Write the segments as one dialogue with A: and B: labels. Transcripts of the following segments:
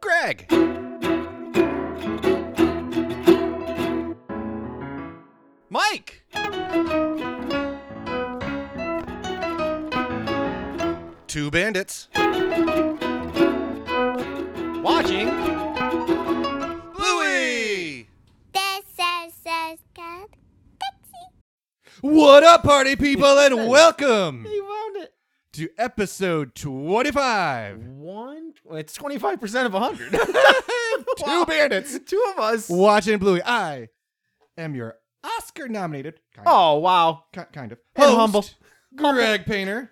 A: Greg. Mike. Two bandits. Watching. Bluey.
B: This is says cat. Taxi.
C: What up, party people, and welcome
D: You found it.
C: to episode 25.
D: One. It's twenty five percent of hundred.
C: Two bandits.
D: Two of us.
C: Watching Bluey. I am your Oscar nominated, kind, of,
D: Oh wow.
C: ki- kind of,
D: And
C: host,
D: humble.
C: Greg Painter.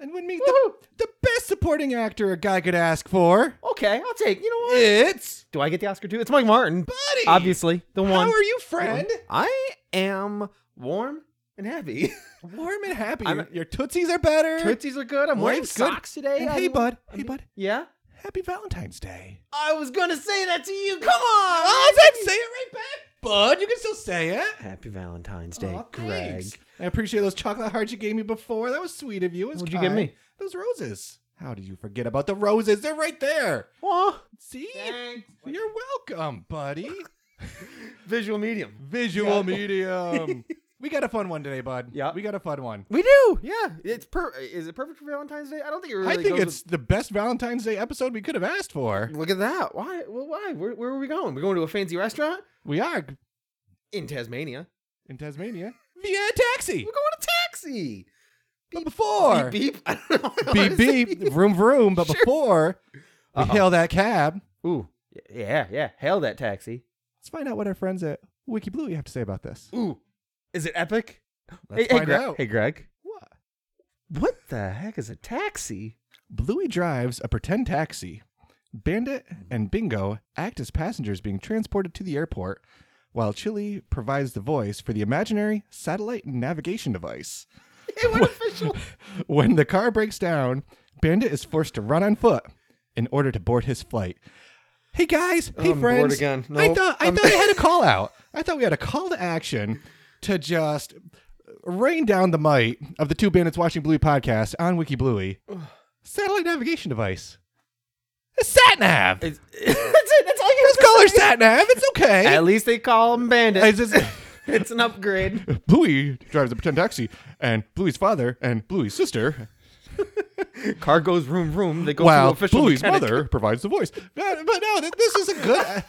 C: And when me, the,
D: Woohoo.
C: the best supporting actor a guy could ask for,
D: Okay, I'll take. You know what?
C: it's
D: Do I get the Oscar too? It's Mike Martin.
C: Buddy.
D: Obviously, the
C: How
D: one.
C: are you, friend?
D: I am warm and happy.
C: Warm and happy.
D: I'm-
C: Your, your tootsies are better.
D: Tootsies are good. I'm wearing
C: Life's good.
D: socks today.
C: And
D: I
C: hey,
D: love-
C: bud. Hey, bud.
D: Yeah.
C: Happy Valentine's Day.
D: I was gonna say that to you. Come on.
C: Oh, then say it right back, bud. You can still say it.
D: Happy Valentine's Day,
C: Aw,
D: Greg.
C: thanks. I appreciate those chocolate hearts you gave me before. That was sweet of you. It was
D: What'd you give
C: kind.
D: me?
C: Those roses. How did you forget about the roses? They're right there.
D: Aw,
C: See?
D: Thanks.
C: You're welcome, buddy.
D: Visual medium.
C: Visual
D: Yeah.
C: medium. we got a fun one today, bud.
D: Yeah.
C: We got a fun one.
D: We do. Yeah. It's per. Is it perfect for Valentine's Day? I don't think it really.
C: I think
D: goes with-
C: it's the best Valentine's Day episode we could have asked for.
D: Look at that. Why? Well, why? Where, where are we going? We're going to a fancy restaurant
C: We are
D: in Tasmania.
C: in Tasmania via taxi.
D: We're going to taxi.
C: But before,
D: beep beep. I don't know.
C: beep, beep, vroom, vroom. But
D: Sure.
C: before we
D: Uh-oh.
C: hail that cab,
D: Ooh. Yeah, yeah. Hail that taxi.
C: let's find out what our friends at Wiki Blue have to say about this.
D: Ooh. Is it epic?
C: Let's
D: hey,
C: find
D: Greg.
C: out.
D: Hey, Greg.
C: What?
D: What the heck is a taxi?
C: Bluey drives a pretend taxi. Bandit and Bingo act as passengers being transported to the airport, while Chili provides the voice for the imaginary satellite navigation device.
D: It went official.
C: When the car breaks down, Bandit is forced to run on foot in order to board his flight. Hey guys, hey
D: I'm bored
C: friends.
D: again.
C: I
D: Nope.
C: thought I
D: I'm-
C: thought I had a call out. I thought we had a call to action to just rain down the might of the two bandits watching Bluey podcast on Wiki Bluey. Satellite navigation device. A sat nav.
D: It's, that's it. That's all you
C: Let's call her sat nav. It's okay.
D: At least they call him Bandit.
C: It's just-
D: it's an upgrade.
C: Bluey drives a pretend taxi, and Bluey's father and Bluey's sister
D: Car goes room room. They go
C: Wow,
D: to official
C: Bluey's
D: mechanic.
C: mother provides the voice. But, but no, th- this is a good. uh,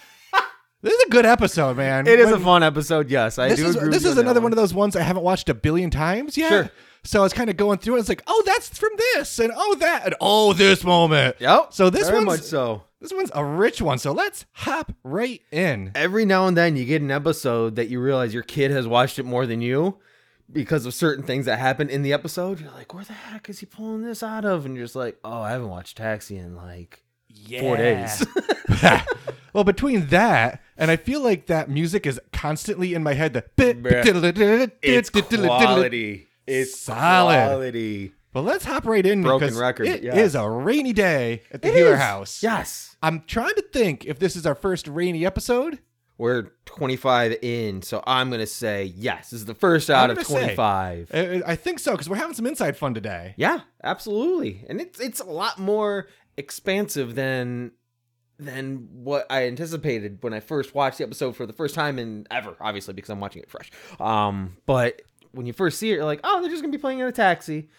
C: this is a good episode, man.
D: It is
C: When-
D: a fun episode. Yes, I
C: This
D: do
C: is
D: agree.
C: this is another one of those ones I haven't watched a billion times yet.
D: Sure.
C: So I was kind of going through it. It's like, oh, that's from this, and oh that, and oh this moment.
D: Yep.
C: So this
D: very
C: one's
D: much so.
C: this one's a rich one. So let's hop right in.
D: Every now and then you get an episode that you realize your kid has watched it more than you because of certain things that happen in the episode. You're like, where the heck is he pulling this out of? And you're just like, oh, I haven't watched Taxi in like four days.
C: well, between that and I feel like that music is constantly in my head. The
D: it's quality. It's
C: Solid.
D: quality.
C: But let's hop right in
D: Broken
C: because
D: record,
C: it
D: yeah.
C: is a rainy day at the
D: It
C: Healer
D: is.
C: House.
D: Yes.
C: I'm trying to think if this is our first rainy episode.
D: We're 25 in, so I'm going to say yes. This is the first out
C: I'm gonna
D: of
C: say-
D: 25.
C: I, I think so because we're having some inside fun today.
D: Yeah, absolutely. And it's it's a lot more expansive than than what I anticipated when I first watched the episode for the first time in ever, obviously because I'm watching it fresh. Um, but when you first see it, you're like, oh, they're just gonna be playing in a taxi.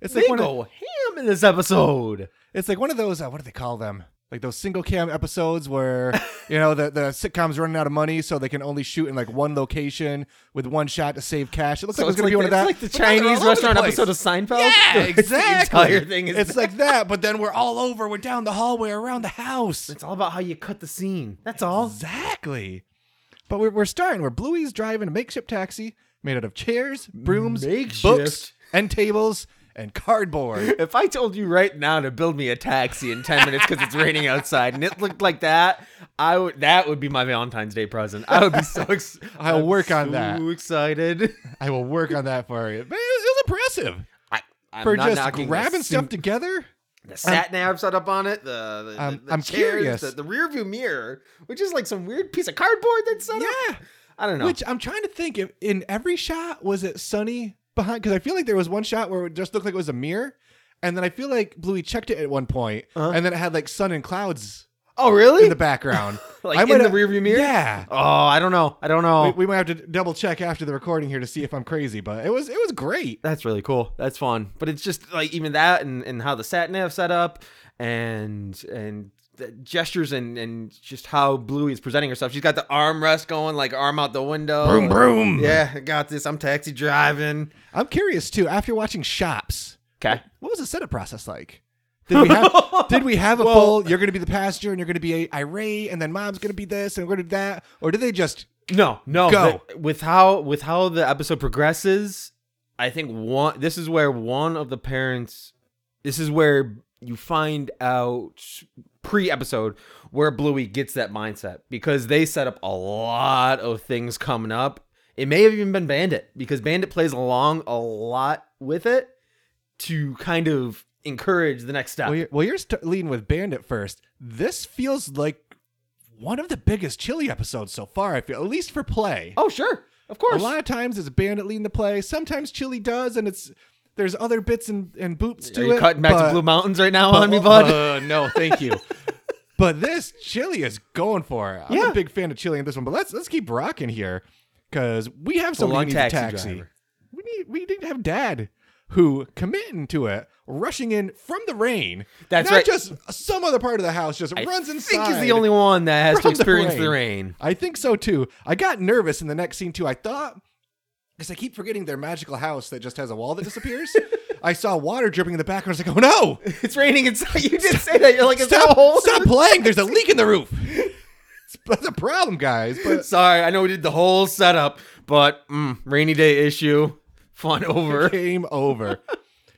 C: It's
D: They
C: like one of,
D: go ham in this episode.
C: it's like one of those uh, what do they call them? Like those single cam episodes where you know the the sitcom's running out of money, so they can only shoot in like one location with one shot to save cash. It looks
D: So
C: like
D: it's
C: it's gonna be one of that.
D: It's like the
C: But now they're all
D: Chinese
C: over the
D: restaurant
C: place.
D: episode of Seinfeld.
C: Yeah,
D: It's The
C: exactly.
D: entire thing is
C: it's like that, but then we're all over. We're down the hallway, around the house.
D: it's all about how you cut the scene. That's all.
C: Exactly. But we're, we're starting where Bluey's driving a makeshift taxi made out of chairs, brooms,
D: Makeshift.
C: books, and tables, and cardboard.
D: If I told you right now to build me a taxi in 10 minutes because it's raining outside and it looked like that, I would that would be my Valentine's Day present. I would be so ex-
C: I'll
D: I'm
C: work on
D: so
C: that.
D: excited.
C: I will work on that for you. But it was, it was impressive.
D: I, I'm
C: for
D: not
C: just
D: knocking the
C: grabbing
D: sim-
C: stuff together.
D: The sat nav set up on it, the, the, the,
C: I'm-
D: the
C: I'm
D: chairs,
C: curious.
D: The, the rear view mirror, which is like some weird piece of cardboard that's set up.
C: Yeah.
D: I don't know.
C: Which I'm trying to think if in every shot was it sunny behind because I feel like there was one shot where it just looked like it was a mirror. And then I feel like Bluey checked it at one point,
D: Uh-huh.
C: and then it had like sun and clouds
D: Oh, really?
C: in the background.
D: Like
C: I
D: in
C: might
D: the
C: have-
D: rearview mirror?
C: Yeah.
D: oh, I don't know. I don't know.
C: We, we might have to double check after the recording here to see if I'm crazy, but it was it was great.
D: That's really cool. That's fun. But it's just like even that and, and how the sat nav set up and and the gestures and and just how Bluey is presenting herself. She's got the armrest going, like arm out the window.
C: Broom,
D: like,
C: broom.
D: Yeah, I got this. I'm taxi driving.
C: I'm curious too. After watching Shops,
D: Okay.
C: what was the setup process like? Did we have did we have a full? You're going to be the passenger, and you're going to be irate, and then mom's going to be this, and we're going to do that, or did they just?
D: No, no.
C: Go.
D: the- with how with how the episode progresses, I think one this is where one of the parents this is where you find out pre-episode where Bluey gets that mindset because they set up a lot of things coming up. It may have even been Bandit because Bandit plays along a lot with it to kind of encourage the next step.
C: Well, you're, well, you're st- leading with Bandit first. This feels like one of the biggest Chili episodes so far. I feel at least for play.
D: oh, sure. Of
C: a
D: course.
C: lot of times it's Bandit leading the play. Sometimes Chili does, and it's there's other bits and, and boots to
D: Are you
C: it.
D: cutting back
C: but-
D: to Blue Mountains right now
C: but-
D: on me, bud?
C: uh, no, thank you. but this Chili is going for it. I'm
D: Yeah.
C: a big fan of Chili in this one, but let's let's keep rocking here because we have
D: Full-on
C: somebody who needs a
D: taxi
C: taxi.
D: driver.
C: We need we need to have Dad who committing to it, rushing in from the rain.
D: That's
C: not
D: right.
C: just some other part of the house. Just runs inside.
D: I think he's the only one that has to
C: from the
D: experience the
C: rain.
D: rain.
C: I think so too. I got nervous in the next scene too. I thought because I keep forgetting their magical house that just has a wall that disappears. I saw water dripping in the background. I was like, "Oh no!
D: It's raining inside. You did say that. You're like, is that a
C: Stop!
D: hole? in
C: Stop
D: the-
C: playing! There's a leak in the roof. It's- That's a problem, guys." But
D: Sorry, I know we did the whole setup, but mm, rainy day issue. Fun over.
C: game over.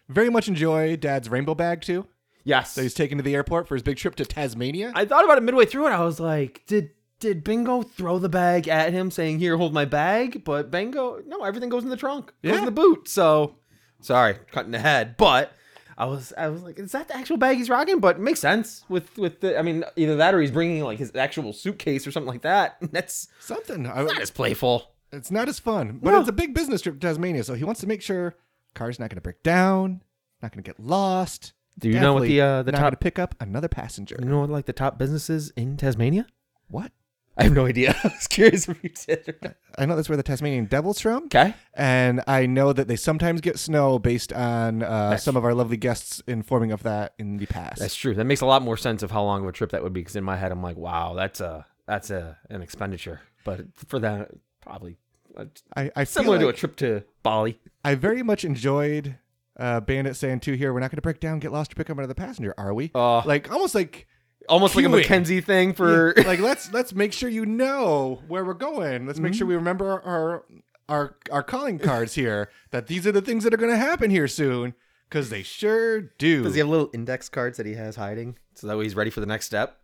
C: Very much enjoy Dad's rainbow bag too
D: Yes.
C: that he's taken to the airport for his big trip to Tasmania.
D: I thought about it midway through, and I was like, did did Bingo throw the bag at him, saying, "Here, hold my bag"? But Bingo, no, everything goes in the trunk, goes
C: Yeah.
D: in the boot. So, sorry, cutting ahead, but. I was, I was like, is that the actual bag he's rocking? But it makes sense with, with the, I mean, either that or he's bringing like his actual suitcase or something like that. That's
C: Something. I-
D: not as playful.
C: It's not as fun, but
D: No.
C: it's a big business trip to Tasmania, so he wants to make sure car's not going to break down, not going to get lost.
D: Do you know what the, uh, the
C: not
D: top-
C: to
D: Mm.
C: pick up another passenger?
D: You know what, like the top businesses in Tasmania?
C: What?
D: I have no idea. I was curious if you did. Or not.
C: I know that's where the Tasmanian devil's from,
D: Okay.
C: and I know that they sometimes get snow based on uh,
D: That's-
C: some of our lovely guests informing of that in the past.
D: That's true. That makes a lot more sense of how long of a trip that would be because in my head I'm like, wow, that's a that's a an expenditure. But for that, probably uh,
C: I, I feel
D: similar to a
C: like
D: trip to Bali.
C: I very much enjoyed uh, Bandit saying too here. We're not going to break down, get lost, or pick up another passenger, are we?
D: Uh,
C: like almost like
D: Almost like
C: Queuing.
D: a Mackenzie thing for.
C: Yeah, like let's let's make sure you know where we're going. Let's
D: Mm-hmm.
C: make sure we remember our our our calling cards here. That these are the things that are going to happen here soon, because they sure do.
D: Does he have little index cards that he has hiding so that way he's ready for the next step?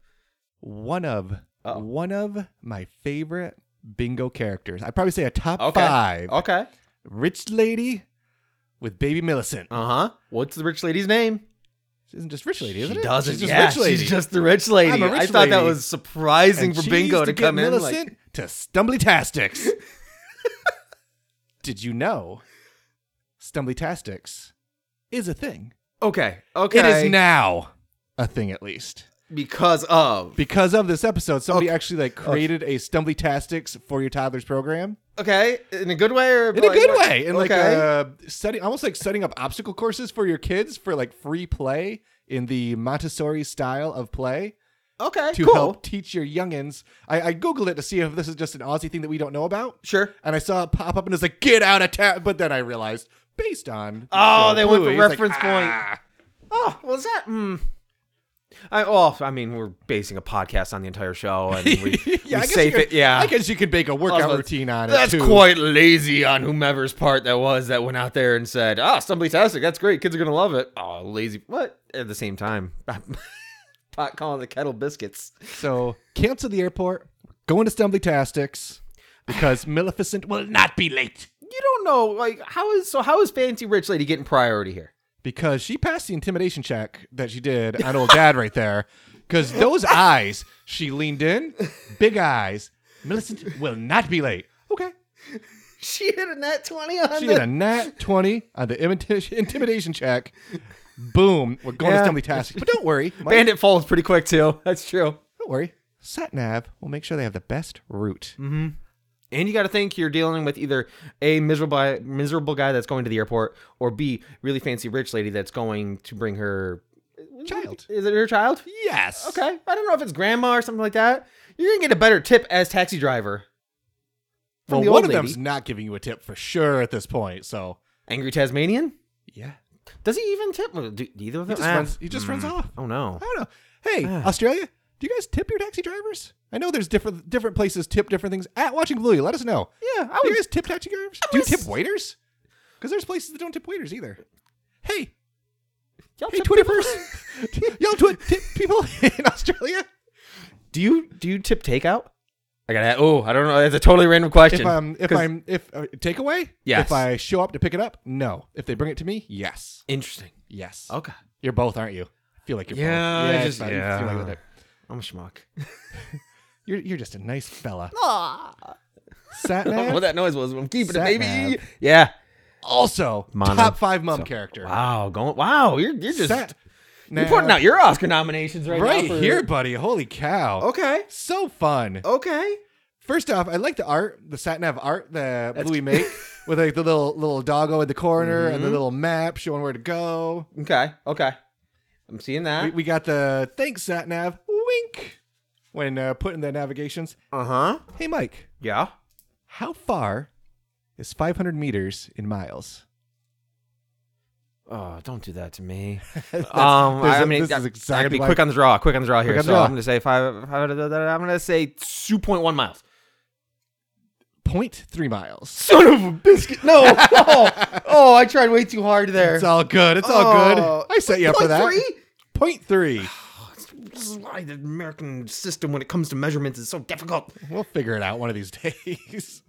C: one of
D: Uh-oh.
C: one of my favorite bingo characters. I'd probably say a top
D: Okay. Oh.
C: five.
D: Okay.
C: Rich lady with baby Millicent.
D: Uh huh. What's the rich lady's name?
C: She isn't just rich lady, isn't
D: She
C: it?
D: doesn't.
C: She's just
D: yeah,
C: rich lady.
D: she's just the rich lady.
C: I'm a rich
D: I thought that
C: lady.
D: was surprising
C: And
D: for
C: she
D: Bingo
C: used
D: to
C: get
D: come in. Like,
C: Millicent to Stumbly Tastics. Did you know Stumbly Tastics is a thing?
D: okay, okay,
C: It is now a thing, at least
D: because of
C: because of this episode. Somebody actually like created a Stumbly Tastics for your toddlers program
D: okay in a good way or
C: in a good way, in like uh, setting almost like setting up obstacle courses for your kids for like free play in the Montessori style of play.
D: okay
C: To
D: cool
C: help teach your youngins, I, I googled it to see if this is just an Aussie thing that we don't know about.
D: sure
C: and I saw it pop up and it's like, get out of town. But then I realized, based on. the
D: Oh,
C: show
D: they went
C: it's
D: for
C: like, "Ah."
D: reference point. oh was that hmm I well I mean we're basing a podcast on the entire show and we, we
C: yeah, I guess, you
D: safe
C: could,
D: it yeah
C: I guess you could bake a
D: I was
C: workout
D: about-
C: routine on it.
D: that's
C: too.
D: quite lazy on whomever's part that was that went out there and said ah somebody tastic that's great kids are gonna love it oh lazy what at the same time pot calling the kettle biscuits
C: So cancel the airport, going to Stumbly Tastics because Maleficent will not be late
D: you don't know like how is so how is fancy rich lady getting priority here
C: because she passed the intimidation check that she did on old dad right there. Because those eyes, she leaned in, big eyes. Millicent will not be late. Okay.
D: She hit a net 20 on
C: She
D: the-
C: did a nat 20 on the imita- intimidation check. Boom. We're going
D: Yeah.
C: to Stumbly Task. But don't worry. Mike,
D: Bandit falls pretty quick, too. That's true.
C: don't Don't worry, SatNav will make sure they have the best route.
D: Mm-hmm. And you got to think you're dealing with either a miserable miserable guy that's going to the airport, or B really fancy rich lady that's going to bring her
C: Child.
D: Is it her child?
C: Yes.
D: Okay, I don't know if it's grandma or something like that. You're gonna get a better tip as taxi driver. From
C: Well,
D: the
C: one
D: old
C: of
D: lady.
C: them's not giving you a tip for sure at this point. So
D: angry Tasmanian.
C: yeah,
D: Does he even tip? Do, do either of
C: he
D: them?
C: just
D: Ah,
C: runs. He just runs off.
D: Oh no.
C: I don't know. Hey,
D: Ah.
C: Australia, do you guys tip your taxi drivers? I know there's different different places tip different things. At watching Bluey, let us know.
D: Yeah, I
C: Do you
D: would.
C: guys tip taxi drivers? Do you
D: was-
C: tip waiters? Because there's places that don't tip waiters either. Hey,
D: Y'all
C: hey,
D: tip
C: Twitter
D: people?
C: y'all twi- tip people in Australia.
D: Do you do you tip takeout? I gotta. Oh, I don't know. That's a totally random question.
C: If I'm if
D: 'Cause-
C: I'm if uh, takeaway,
D: Yes.
C: If I show up to pick it up, no. If they bring it to me, yes,
D: interesting.
C: yes.
D: Okay,
C: You're both, aren't you? I feel like you're
D: Yeah, I
C: both.
D: just-
C: I feel like
D: yeah.
C: that.
D: I'm a schmuck.
C: You're you're just a nice fella.
D: Aw.
C: Sat
D: I don't know
C: nav.
D: what that noise was. but I'm keeping
C: Sat
D: it, baby.
C: nav.
D: Yeah.
C: also
D: Mono.
C: top five mum character.
D: Wow. Going. Wow. You're you're just
C: Sat
D: you're pointing out your Oscar nominations right,
C: right,
D: now for-
C: here, buddy. Holy cow!
D: Okay.
C: So fun.
D: Okay.
C: First off, I like the art, the sat nav art that Bluey make with like the little little doggo in the corner and
D: Mm-hmm.
C: the little map showing where to go.
D: Okay. Okay. I'm seeing
C: We,
D: that.
C: we got the thanks sat nav wink when uh, putting the navigations.
D: Uh huh.
C: Hey, Mike,
D: Yeah.
C: how far is 500 meters in miles?
D: Oh, don't do that to me. um,
C: That's- this
D: I, I
C: is-
D: mean,
C: this
D: I,
C: is
D: I could
C: exactly
D: be
C: why-
D: quick on the draw. Quick on the draw here.
C: Quick on the
D: so
C: draw.
D: I'm gonna say five, five. I'm gonna say two point one miles.
C: 0.3 miles.
D: Son of a biscuit! No, oh, oh, I tried way too hard there.
C: It's all good. It's all
D: Oh.
C: good. I set you up for
D: Point
C: that.
D: three?
C: 0.3.
D: Oh, it's- This is why the American system, when it comes to measurements, is so difficult.
C: We'll figure it out one of these days.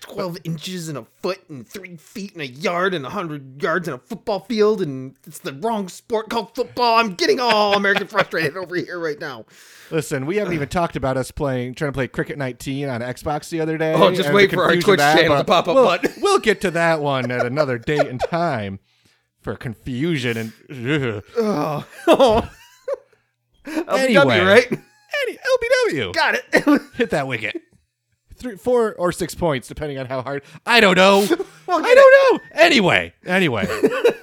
D: Twelve inches and a foot, and three feet and a yard, and hundred yards in a football field, and it's the wrong sport called football. I'm getting all American frustrated over here right now.
C: Listen, we haven't even talked about us playing, trying to play Cricket 19 on Xbox the other day.
D: Oh, just
C: and
D: wait
C: the
D: for our
C: confusion
D: Twitch
C: of that,
D: channel to
C: but
D: pop up,
C: We'll,
D: bud.
C: we'll get to that one at another date and time for confusion and. Ugh.
D: Oh, oh.
C: Anyway.
D: right?
C: Any- LBW,
D: Got it.
C: hit that wicket. Three, four, or six points, depending on how hard. I don't know.
D: Well,
C: I don't know. Anyway, anyway,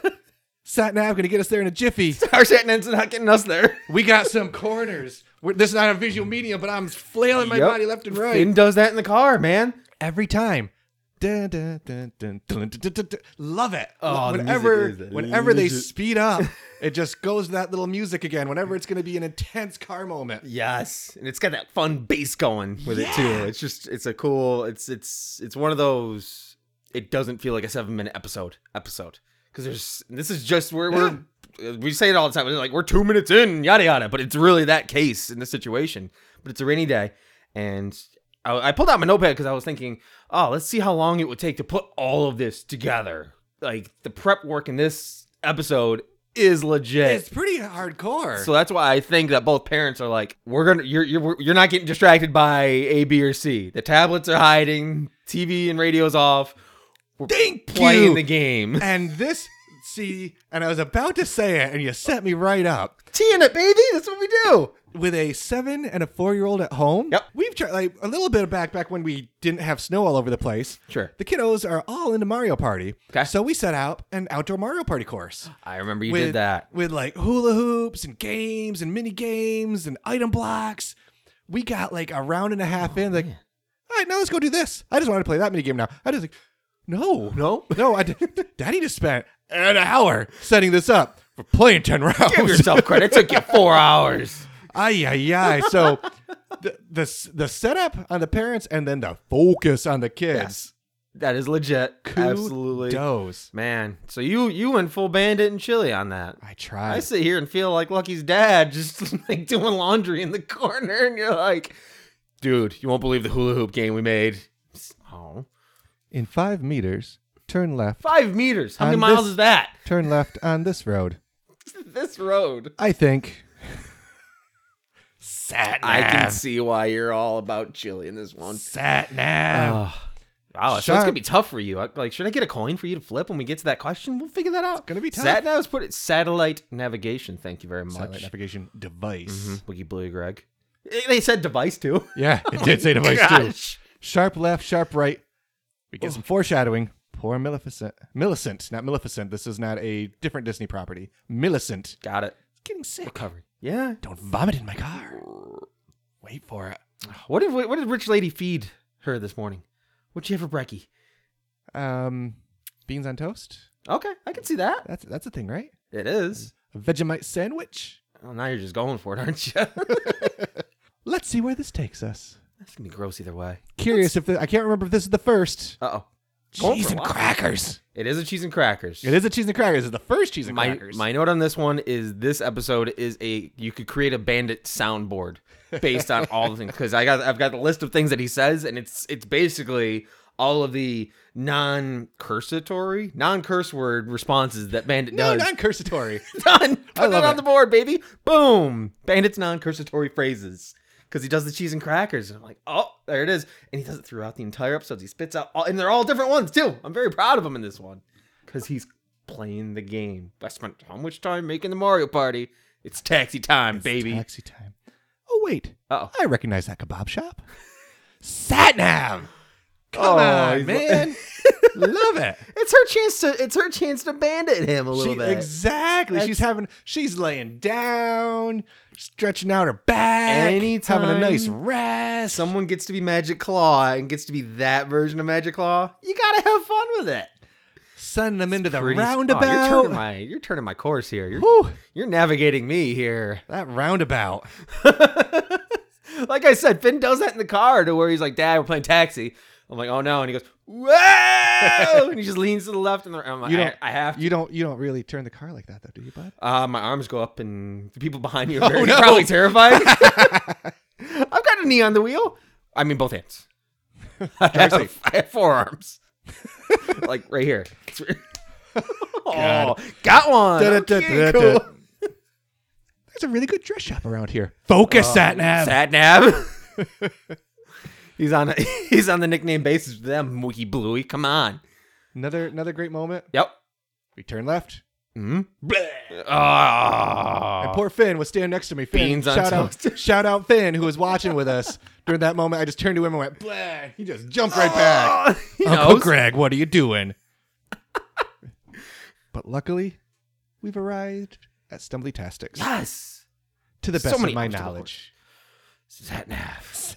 C: sat nav gonna get us there in a jiffy.
D: Our Satnan's not getting us there.
C: We got some corners. We're, this is not a visual medium, but I'm flailing my
D: Yep.
C: body left and right
D: Finn does that in the car, man.
C: every time. Dun, dun, dun, dun, dun, dun, dun, dun, dun. Love it.
D: Oh, the music
C: whenever
D: is
C: whenever they
D: legit.
C: speed up, it just goes to that little music again. Whenever it's gonna be an intense car moment.
D: Yes, and it's got that fun bass going with it too. It's just it's a cool. It's it's it's one of those. It doesn't feel like a seven minute episode episode because there's this is just where we're we say it all the time. We're like we're two minutes in, yada yada. But it's really that case in this situation. But it's a rainy day, and I, I pulled out my notepad because I was thinking, oh, let's see how long it would take to put all of this together. Like the prep work in this episode is legit.
C: It's pretty hardcore.
D: So that's why I think that both parents are like, we're gonna, you're, you're, you're not getting distracted by A, B, or C. The tablets are hiding, TV and radio's off. We're
C: Thank
D: playing
C: you.
D: the game.
C: and this see and i was about to say it and you set me right up
D: Tea in it, baby. That's what we do.
C: with a seven and a four year old at home
D: Yep.
C: we've tried like a little bit back back when we didn't have snow all over the place
D: Sure.
C: the kiddos are all into mario party
D: Okay.
C: so we set out an outdoor mario party course
D: I remember you
C: with
D: did that.
C: with like hula hoops and games and mini games and item blocks we got like a round and a
D: Oh,
C: half in like all right now let's go do this i just want to play that mini game now i just like no
D: No?
C: no, I d- Daddy just spent an hour setting this up. We're playing 10 rounds.
D: Give yourself credit. It took you four hours.
C: Ay, ay, ay. So the, the, s- the setup on the parents and then the focus on the kids.
D: That is legit. Absolutely.
C: Kudos.
D: Man, so you you went full bandit and chili on that.
C: I
D: I
C: tried.
D: sit here and feel like Lucky's dad just like doing laundry in the corner, and you're like, dude, you won't believe the hula hoop game we made. Oh.
C: In five meters, turn left.
D: Five meters. How many
C: On
D: miles
C: this-
D: is that?
C: Turn left on this road.
D: This road.
C: I think. Sat
D: I can see why you're all about chili in this one.
C: Sat nav.
D: Wow, so it's gonna
C: Sharp.
D: be tough for you. I- Like, should I get a coin for you to flip when we get to that question? We'll figure that out. It's
C: gonna be tough.
D: Sat nav's put it satellite navigation. Thank you very much. Mm-hmm.
C: Satellite navigation device.
D: Mhm. Wiki Blue Greg. They said device too.
C: Yeah, it did say device too.
D: Gosh.
C: Sharp left, sharp right. We get some foreshadowing. Poor Maleficent. Millicent, not Maleficent. This is not a different Disney property. Millicent.
D: Got it.
C: Getting sick. Recovery.
D: Yeah.
C: Don't vomit in my car. Wait for it.
D: What did what did rich lady feed her this morning? What'd she have for brekkie?
C: Um, beans on toast.
D: Okay, I can see that.
C: That's that's a thing, right?
D: It is.
C: A Vegemite sandwich.
D: Oh, now you're just going for it, aren't you? That's
C: Let's see where this takes us.
D: gonna be gross either way.
C: Curious if the, I can't remember if this is the first.
D: Uh oh. Going for a lot.
C: crackers.
D: It is a cheese and crackers.
C: It is a cheese and crackers. It's the first cheese and
D: My,
C: crackers.
D: my note on this one is this episode is a you could create a bandit soundboard based on all the things because I got I've got the list of things that he says and it's it's basically all of the non cursatory non curse word responses that bandit
C: no,
D: does
C: non cursatory.
D: done. Put
C: I
D: that
C: love
D: on
C: it.
D: the board, baby. Boom. Bandit's non-cursatory phrases. Because he does the cheese and crackers. And I'm like, oh, there it is. And he does it throughout the entire episode. He spits out all, and they're all different ones too. I'm very proud of him in this one. Because he's playing the game. I spent how much time making the Mario Party? It's taxi time, baby.
C: Taxi time. Oh wait,
D: Uh-oh.
C: I recognize that kebab shop. Satnam. Come
D: Oh,
C: on,
D: he's-
C: man. Love it.
D: It's her chance to it's her chance to bandit him a little
C: She-
D: bit.
C: exactly. she's having. She's laying down, stretching out her back,
D: Anytime
C: having a nice rest.
D: Someone gets to be Magic Claw and gets to be that version of Magic Claw. You gotta have fun with it.
C: sending them into the
D: pretty-
C: roundabout.
D: Oh, you're turning my you're turning my course here. You're
C: Whew,
D: you're navigating me here.
C: that roundabout.
D: like I said, Finn does that in the car to where he's like, "Dad, we're playing taxi." I'm like, "Oh no!" And he goes, "Whoa!" and he just leans to the left, and the, I'm like,
C: You
D: I,
C: don't-
D: "I have to."
C: You don't. You don't really turn the car like that, though, do you, bud?
D: Uh, my arms go up, and the people behind me are very,
C: no.
D: probably terrified. I've got a knee on the wheel. I mean, both hands. I have, I have forearms, like right here. It's re- oh, got one. Okay, cool.
C: There's a really good dress shop around here. Focus, Satnam.
D: Sat nav. he's on. He's on the nickname basis with them. Wiki Bluey. Come on.
C: another another great moment.
D: Yep.
C: We turn left.
D: Mm-hmm.
C: And poor Finn was standing next to me. Finn,
D: Beans on
C: shout
D: toast.
C: out, shout out Finn, who was watching with us during that moment. I just turned to him and went, "Bleh!" He just jumped right back.
D: Oh, he
C: Uncle
D: knows.
C: Greg, what are you doing? but luckily, we've arrived at Stumbly Tastics
D: Yes.
C: to the
D: So
C: best
D: many
C: of my
D: hours to the
C: knowledge.
D: Sat nav.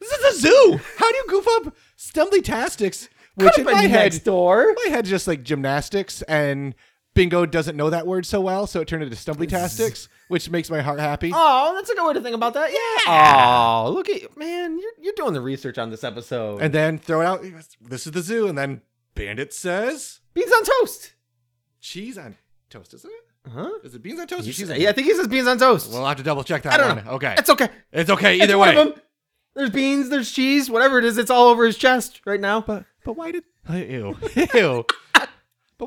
C: This is a zoo. How do you goof up Stumbly Tastics? Which in my head,
D: door.
C: my head just like gymnastics and Bingo doesn't know that word so well, so it turned into Stumbly Tastics, which makes my heart happy.
D: Oh, that's a good way to think about that. Yeah. Oh, look at man, you're you're doing the research on this episode.
C: and then throw it out. This is the zoo, and then Bandit says
D: beans on toast.
C: cheese on toast, isn't it?
D: Huh?
C: Is it beans on toast? or
D: You
C: cheese
D: should
C: on
D: say- yeah, I think he says beans on toast.
C: We'll have to double check that
D: I don't
C: one.
D: know.
C: Okay,
D: It's okay.
C: it's okay
D: It's
C: either
D: one
C: way.
D: of 'em. There's beans. There's cheese. Whatever it is, it's all over his chest right now.
C: But but why did ew ew? but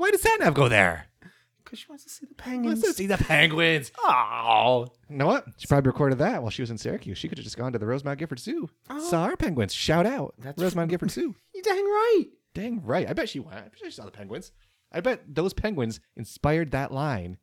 C: why did Satnav go there?
D: Because she wants to see the
C: Let's
D: penguins.
C: just see the penguins.
D: Oh,
C: You know what? She probably recorded that while she was in Syracuse. She could have just gone to the Rosemont Gifford Zoo, saw our penguins. Shout out
D: Oh. That's-
C: Rosemont Gifford Zoo.
D: you dang right.
C: Dang right. I bet she went. I bet she saw the penguins. I bet those penguins inspired that line.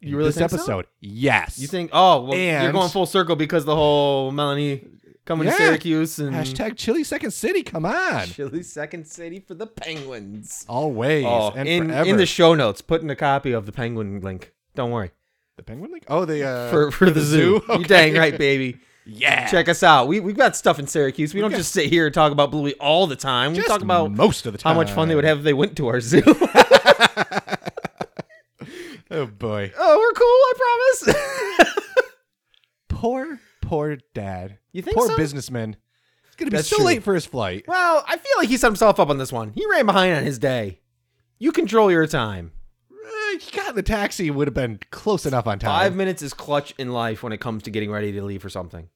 C: in
D: You really
C: this
D: think so?
C: episode? Yes.
D: You think? Oh, well, you're
C: And-
D: going full circle because the whole Melanie coming
C: Yeah.
D: to Syracuse and
C: Hashtag Chili Second City. Come on.
D: Chili Second City for the penguins.
C: Always
D: Oh,
C: and
D: in
C: forever.
D: in the show notes, put in a copy of the penguin link. Don't worry
C: the penguin link. Oh, the uh,
D: for for the zoo. You dang right, baby.
C: yeah.
D: Check us out. We we've got stuff in Syracuse. We don't
C: got-
D: just sit here and talk about Bluey all the time. We
C: Just
D: talk about
C: most of the time.
D: how much fun they would have if they went to our zoo.
C: Oh boy.
D: oh, we're cool. I promise.
C: Poor, poor dad.
D: You think
C: poor
D: so?
C: businessman. It's gonna be
D: That's
C: so
D: true.
C: late for his flight.
D: Well, I feel like he set himself up on this one. He ran behind on his day. You control your time.
C: Uh, he got in the taxi. Would have been close enough on time.
D: Five minutes is clutch in life when it comes to getting ready to leave for something.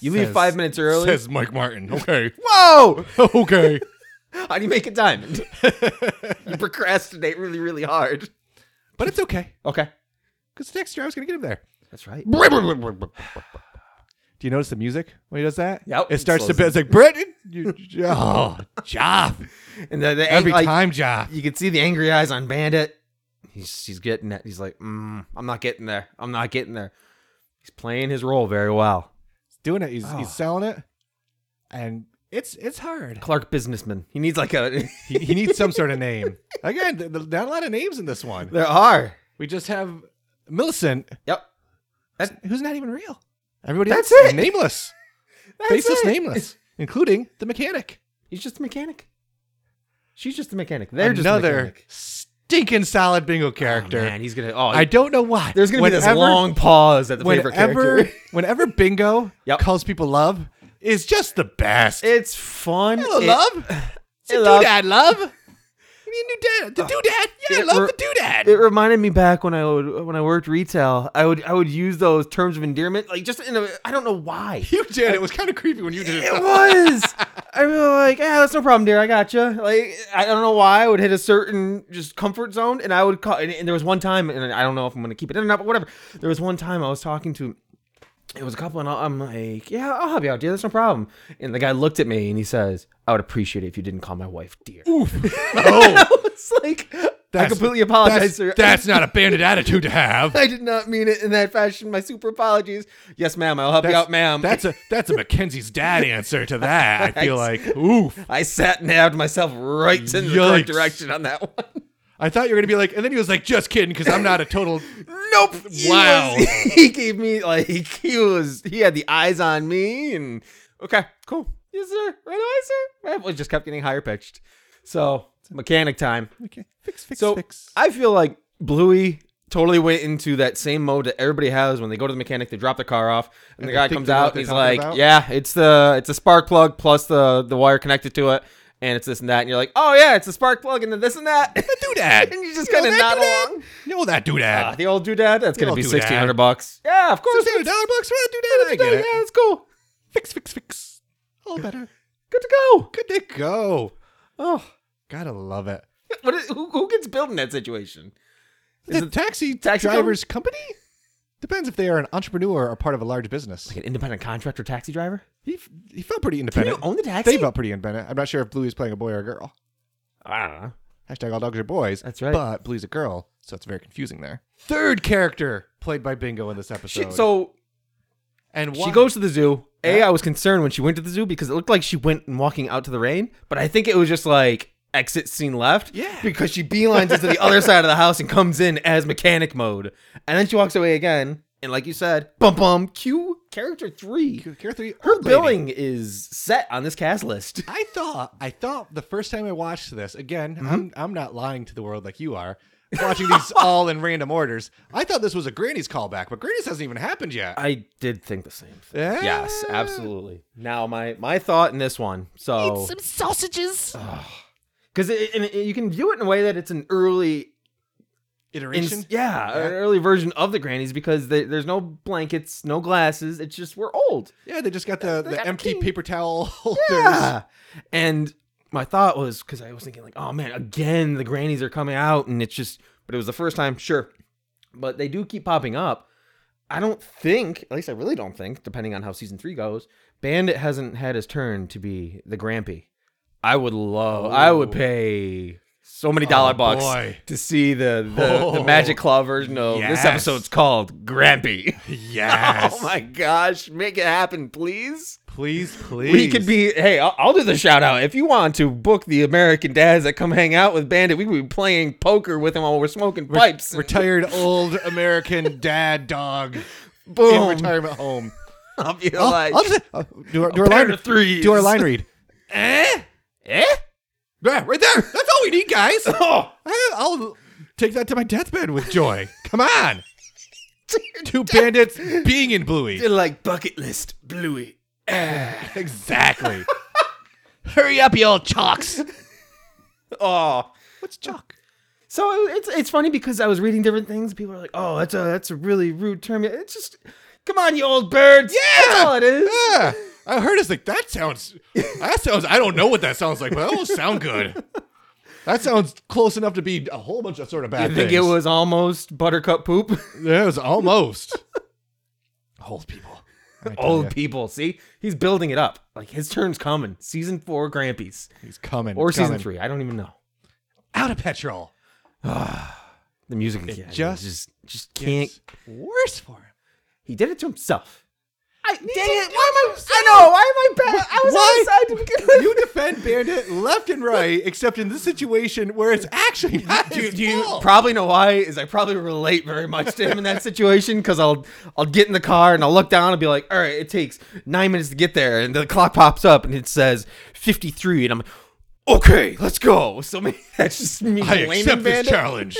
D: You leave
C: Says-
D: five minutes early.
C: Says Mike Martin. Okay.
D: Whoa!
C: okay.
D: How do you make a diamond? you procrastinate really, really hard.
C: But it's okay.
D: Okay.
C: Because next year I was going to get him there.
D: That's right.
C: Do you notice the music when he does that?
D: Yep.
C: It starts to
D: Slows
C: be it's like Britain. You, oh, Joff.
D: And the, the
C: Every
D: like,
C: time, Joff.
D: you can see the angry eyes on Bandit. He's he's getting it. He's like, mm, I'm not getting there. I'm not getting there. He's playing his role very well.
C: doing it. He's,
D: Oh.
C: he's selling it, and it's it's hard.
D: Clark businessman. He needs like a.
C: He, he needs some sort of name. Again, th- th- not a lot of names in this one.
D: there are.
C: We just have Millicent,
D: Yep.
C: who's not even real. Everybody
D: That's
C: else is
D: it.
C: nameless,
D: That's
C: faceless,
D: it.
C: nameless, including the mechanic.
D: He's just a mechanic. She's just a mechanic. They're just a
C: another
D: mechanic.
C: stinking solid bingo character.
D: Oh, man, he's gonna. Oh,
C: I don't know why.
D: there's gonna be this
C: Whenever-
D: long pause at the favorite
C: Whenever,
D: character.
C: whenever bingo
D: Yep.
C: calls people love, is just the best.
D: It's fun.
C: Hello,
D: It-
C: love. It's a
D: Hey, love. Uh,
C: doodad, love. You mean doodad? The doodad? Yeah, I
D: it
C: love
D: re-
C: the doodad.
D: It reminded me back when I would when I worked retail. I would I would use those terms of endearment like just in a I don't know why.
C: you did. It was kind of creepy when you did
D: It was. I was like, yeah, that's no problem, dear. I gotcha. Like, I don't know why I would hit a certain just comfort zone, and I would call. And, and there was one time, and I don't know if I'm gonna keep it in or not, but whatever. There was one time I was talking to. It was a couple, and I- I'm like, yeah, I'll help you out, dear. That's no problem. And the guy looked at me, and he says, I would appreciate it if you didn't call my wife, dear. And I
C: Oh,
D: was like, I
C: That's-
D: completely apologize,
C: that's,
D: sir.
C: that's not a bandit attitude to have.
D: I did not mean it in that fashion. My super apologies. Yes, ma'am. I'll help you out, ma'am.
C: That's a that's a Mackenzie's dad answer to that. I feel
D: Right.
C: like oof.
D: I sat and nabbed myself right in the correct
C: Yikes.
D: direction on that one.
C: I thought you were gonna be like, and then he was like, just kidding, because I'm not a total.
D: Nope. He
C: Wow.
D: was- he gave me like he was. He had the eyes on me, and okay, cool. Yes, sir. Right away, sir. Right, well, it just kept getting higher pitched. So mechanic time.
C: Okay, fix, fix,
D: So I feel like Bluey totally went into that same mode that everybody has when they go to the mechanic, they drop their car off, and, the
C: they
D: guy
C: think
D: comes
C: they know what
D: out and
C: they're
D: he's like,
C: talking about?
D: "Yeah, it's the it's a spark plug plus the the wire connected to it." And it's this and that, and you're like, oh yeah, it's a spark plug and then this and that.
C: doodad.
D: and you just
C: You know
D: kind
C: that
D: of nod
C: doodad?
D: along.
C: No, that doodad.
D: Ah, the old doodad, that's gonna
C: old
D: be
C: doodad.
D: sixteen hundred bucks. Yeah, of course.
C: Sixteen hundred dollar bucks for that doodad. I get
D: yeah,
C: it.
D: it's cool.
C: Fix, fix, fix. All better.
D: Good to go.
C: Good to go.
D: Oh,
C: Gotta love it.
D: what is, who, who gets billed in that situation? Is
C: the
D: it
C: taxi,
D: taxi
C: drivers company? Depends if they are an entrepreneur or part of a large business.
D: like an independent contractor taxi driver?
C: He, f- he felt pretty
D: Can you
C: independent.
D: own the taxi?
C: They felt pretty independent. I'm not sure if Bluey's playing a boy or a girl.
D: I don't know.
C: Hashtag all dogs are boys.
D: That's right.
C: But Bluey's a girl, so it's very confusing there. Third character played by Bingo in this
D: She,
C: episode.
D: so
C: and
D: She
C: why-
D: goes to the zoo. A,
C: Yeah.
D: I was concerned when she went to the zoo because it looked like she went and walking out to the rain, but I think it was just like exit scene left.
C: Yeah.
D: Because she beelines into the other side of the house and comes in as mechanic mode. And then she walks away again. And like you said, bum bum, Q character three.
C: Care three.
D: Her
C: old lady.
D: billing is set on this cast list.
C: I thought, I thought the first time I watched this, again,
D: Mm-hmm.
C: I'm, I'm not lying to the world like you are, watching these all in random orders. I thought this was a Granny's callback, but Granny's hasn't even happened yet.
D: I did think the same thing.
C: Yeah.
D: Yes, absolutely. Now my my thought in this one. So
B: sausages.
D: because and it- you can view it in a way that it's an early in-
C: Iteration?
D: yeah,
C: Yeah.
D: an early version of the grannies because they, there's no blankets, no glasses. It's just we're old.
C: Yeah, they just got the,
D: They
C: the
D: got the
C: empty
D: key.
C: paper towel holders.
D: And my thought was because I was thinking like, oh man, again the grannies are coming out, and it's just. But it was the first time, sure. But they do keep popping up. I don't think, at least I really don't think, depending on how season three goes, Bandit hasn't had his turn to be the Grampy. I would love. I would
C: Oh.
D: pay so many dollar
C: Oh,
D: bucks
C: boy.
D: to see the the, the
C: Oh.
D: Magic Claw version of this
C: Yes.
D: episode's called Grampy.
C: Yes.
D: Oh my gosh, make it happen, please.
C: Please, please.
D: We could be. Hey, I'll, I'll do the shout out if you want to book the American dads that come hang out with Bandit. We could be playing poker with him while we're smoking pipes.
C: retired old American dad dog in
D: Boom.
C: retirement home.
D: I'll be
C: I'll-
D: like,
C: I'll just- uh, do our, do our
D: pair
C: line
D: of threes.
C: Do our line read.
D: eh, eh.
C: Yeah, right there. That's all we need, guys.
D: Oh,
C: I- I'll take that to my deathbed with joy. Come on.
D: dear.
C: Two bandits being in Bluey.
D: They're like bucket list, Bluey.
C: Exactly. Hurry up, you old chalks.
D: Oh.
C: What's chalk?
D: So it's it's funny because I was reading different things. People are like, "Oh, that's a that's a really rude term." It's just, come on, you old birds. Yeah, that's all it is.
C: Yeah. I heard it's like that sounds that sounds I don't know what that sounds like, but that will sound good. That sounds close enough to be a whole bunch of sort of
D: I
C: bad
D: think it
C: things.
D: was almost buttercup poop.
C: Yeah, it was almost. old people. I tell
D: Old
C: ya,
D: people. See, he's building it up. Like his turn's coming. Season four, Grampies,
C: He's coming.
D: or season
C: coming.
D: three. I don't even know.
C: Out of petrol.
D: The music again.
C: just
D: just just can't.
C: It's worse for him.
D: He did it to himself. I, dang it! Why am I? I know. Why am I bad? I was
C: Why?
D: on the side to begin
C: you
D: with.
C: defend Bandit left and right, except in this situation where it's actually not
D: Do,
C: his
D: do you
C: fault.
D: probably know why? Is I probably relate very much to him in that situation because I'll I'll get in the car and I'll look down and be like, all right, it takes nine minutes to get there, and the clock pops up and it says fifty three, and I'm okay, let's go. So maybe that's just me
C: I
D: blaming
C: accept this
D: Bandit,
C: challenge.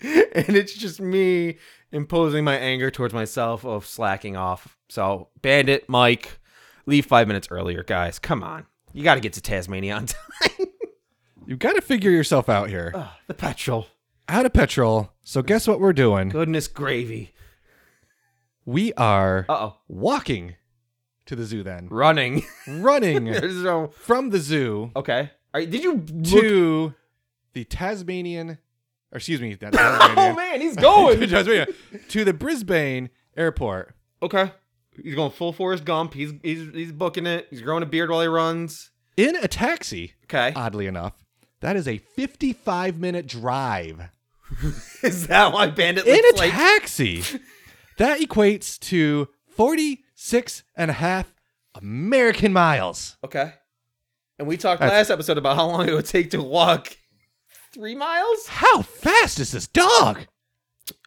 D: and it's just me imposing my anger towards myself of slacking off. So Bandit, Mike, leave five minutes earlier, guys. Come on, you got to get to Tasmania on time.
C: You've got to figure yourself out here.
D: the petrol,
C: Out of petrol. So guess what we're doing?
D: goodness gravy.
C: We are
D: Uh oh,
C: walking to the zoo then.
D: running.
C: Running
D: There's no.
C: from the zoo
D: Okay. Are, did you look-
C: to the Tasmanian or excuse me, not
D: Oh
C: Tasmanian.
D: man, he's
C: to
D: going.
C: Tasmania. To the Brisbane airport.
D: okay. He's going full Forrest Gump. He's he's he's booking it. He's growing a beard while he runs.
C: In a taxi,
D: Okay.
C: oddly enough. That is a 55 minute drive.
D: Is that why Bandit
C: in
D: looks
C: a
D: like?
C: taxi. that equates to 46 and a half American miles.
D: okay. And we talked
C: That's-
D: last episode about how long it would take to walk three miles.
C: How fast is this dog?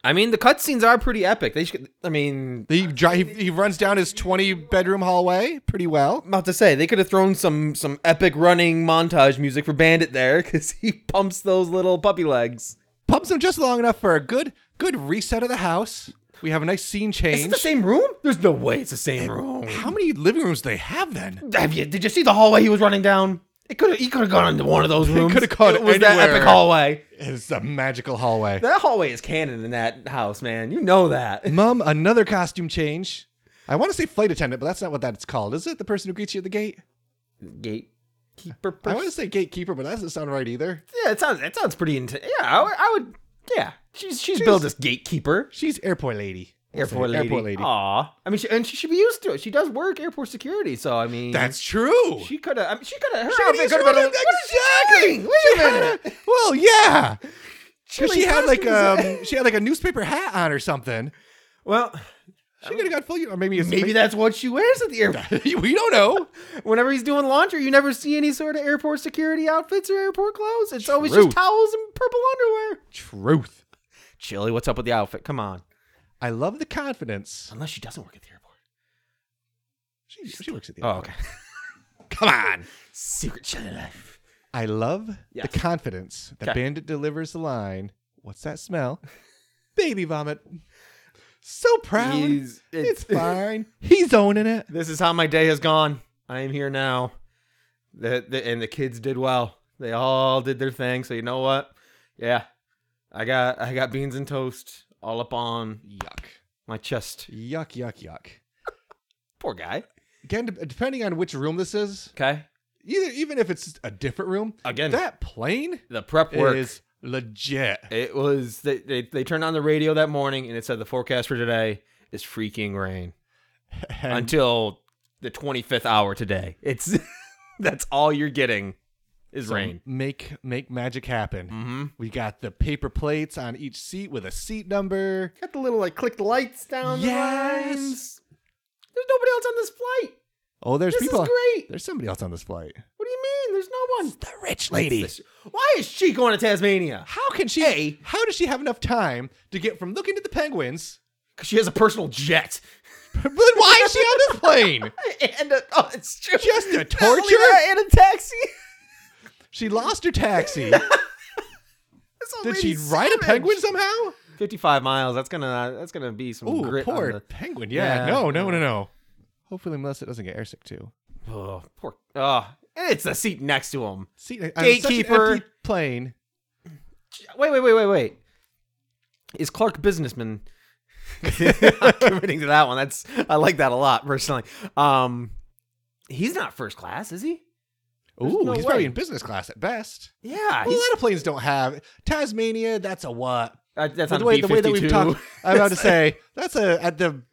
D: I mean, the cutscenes are pretty epic. They should. I mean,
C: He, dri- he, he runs down his 20 bedroom hallway pretty well.
D: I'm about to say they could have thrown some some epic running montage music for Bandit there because he pumps those little puppy legs.
C: Pumps him just long enough for a good good reset of the house. We have a nice scene
D: Is it
C: change.
D: the same room? There's no way it's the same room.
C: How many living rooms do they have then?
D: Have you? Did you see the hallway he was running down? It could. He could have gone into one of those rooms.
C: could've gone
D: It was that
C: anywhere.
D: epic hallway.
C: It's a magical hallway.
D: That hallway is canon in that house, man. You know that.
C: Mom, another costume change. I want to say flight attendant, but that's not what that's called, is it? The person who greets you at the gate?
D: Gatekeeper.
C: I
D: person?
C: want to say gatekeeper, but that doesn't sound right either.
D: yeah, it sounds. It sounds pretty intense. Yeah, I, would- I would. Yeah, she's she's billed as gatekeeper.
C: She's airport lady.
D: Airport lady.
C: Airport lady.
D: Aw, I mean, she, and she should be used to it. She does work airport security, so I mean,
C: true.
D: she could have. I mean, she could have. Her
C: She could've
D: outfit
C: used
D: could
C: her
D: have been a-
C: outfit-
D: What is she doing? Wait a minute.
C: well, yeah. 'Cause she
D: like,
C: had like
D: costumes.
C: um she had like a newspaper hat on or something.
D: Well,
C: She could have got full. Or Oh. maybe it's
D: maybe that's what she wears at the airport.
C: we don't know.
D: Whenever he's doing laundry, you never see any sort of airport security outfits or airport clothes. It's always
C: True.
D: just towels and purple underwear.
C: Truth.
D: Chili, what's up with the outfit? Come on.
C: I love the confidence.
D: Unless she doesn't work at the airport.
C: She, she works at the.
D: Oh, okay.
C: Come on.
D: Secret chili life.
C: I love
D: Yes.
C: the confidence that
D: Okay.
C: Bandit delivers the line. What's that smell? Baby vomit. So proud.
D: He's-
C: it's
D: it's-
C: fine. He's owning it.
D: This is how my day has gone. I am here now. The, the, and the kids did well. They all did their thing. So you know what? Yeah, I got I got beans and toast all up on
C: Yuck.
D: my chest.
C: Yuck. Yuck. Yuck.
D: Poor guy.
C: Again, de- depending on which room this is,
D: Okay.
C: either even if it's a different room,
D: Again,
C: that plane
D: the prep work
C: is legit.
D: It was they, they they turned on the radio that morning and it said the forecast for today is freaking rain
C: And
D: until the 25th hour today. It's that's all you're getting is
C: so
D: rain.
C: Make make magic happen.
D: Mm-hmm.
C: We got the paper plates on each seat with a seat number.
D: Got the little like clicked lights down.
C: the Yes. lines.
D: There's nobody else on this flight.
C: Oh, there's
D: this
C: people.
D: is great.
C: There's somebody else on this flight.
D: What do you mean? There's no one.
C: The rich
D: Why is she going to Tasmania?
C: How can she? How does she have enough time to get from looking at the penguins?
D: Because she has a personal jet.
C: then why is she on this plane?
D: and a, oh, it's true.
C: Just to
D: Not only
C: torture?
D: that, and a taxi.
C: She lost her taxi.
D: This old
C: Did she
D: lady's
C: ride a
D: savage.
C: penguin somehow?
D: 55 miles. That's gonna that's gonna be some
C: Ooh,
D: grit. on
C: poor
D: the-
C: penguin. Yeah,
D: Yeah,
C: no, no,
D: yeah.
C: no, no. Hopefully, Melissa doesn't get airsick too.
D: oh, poor. Oh, and it's the seat next to him.
C: See, on such an
D: Gatekeeper.
C: empty plane.
D: Wait, wait, wait, wait, wait. Is Clark businessman? I'm committing to that one. That's I like that a lot personally. Um, he's not first class, is he? There's
C: Ooh,
D: no
C: he's probably
D: way.
C: in business class at best.
D: Yeah,
C: Well, a
D: he's,
C: lot of planes don't have Tasmania. That's a what?
D: uh, that's
C: By
D: on
C: the way,
D: B
C: the way that
D: fifty
C: we've
D: two.
C: talked, I'm about to say that's a at the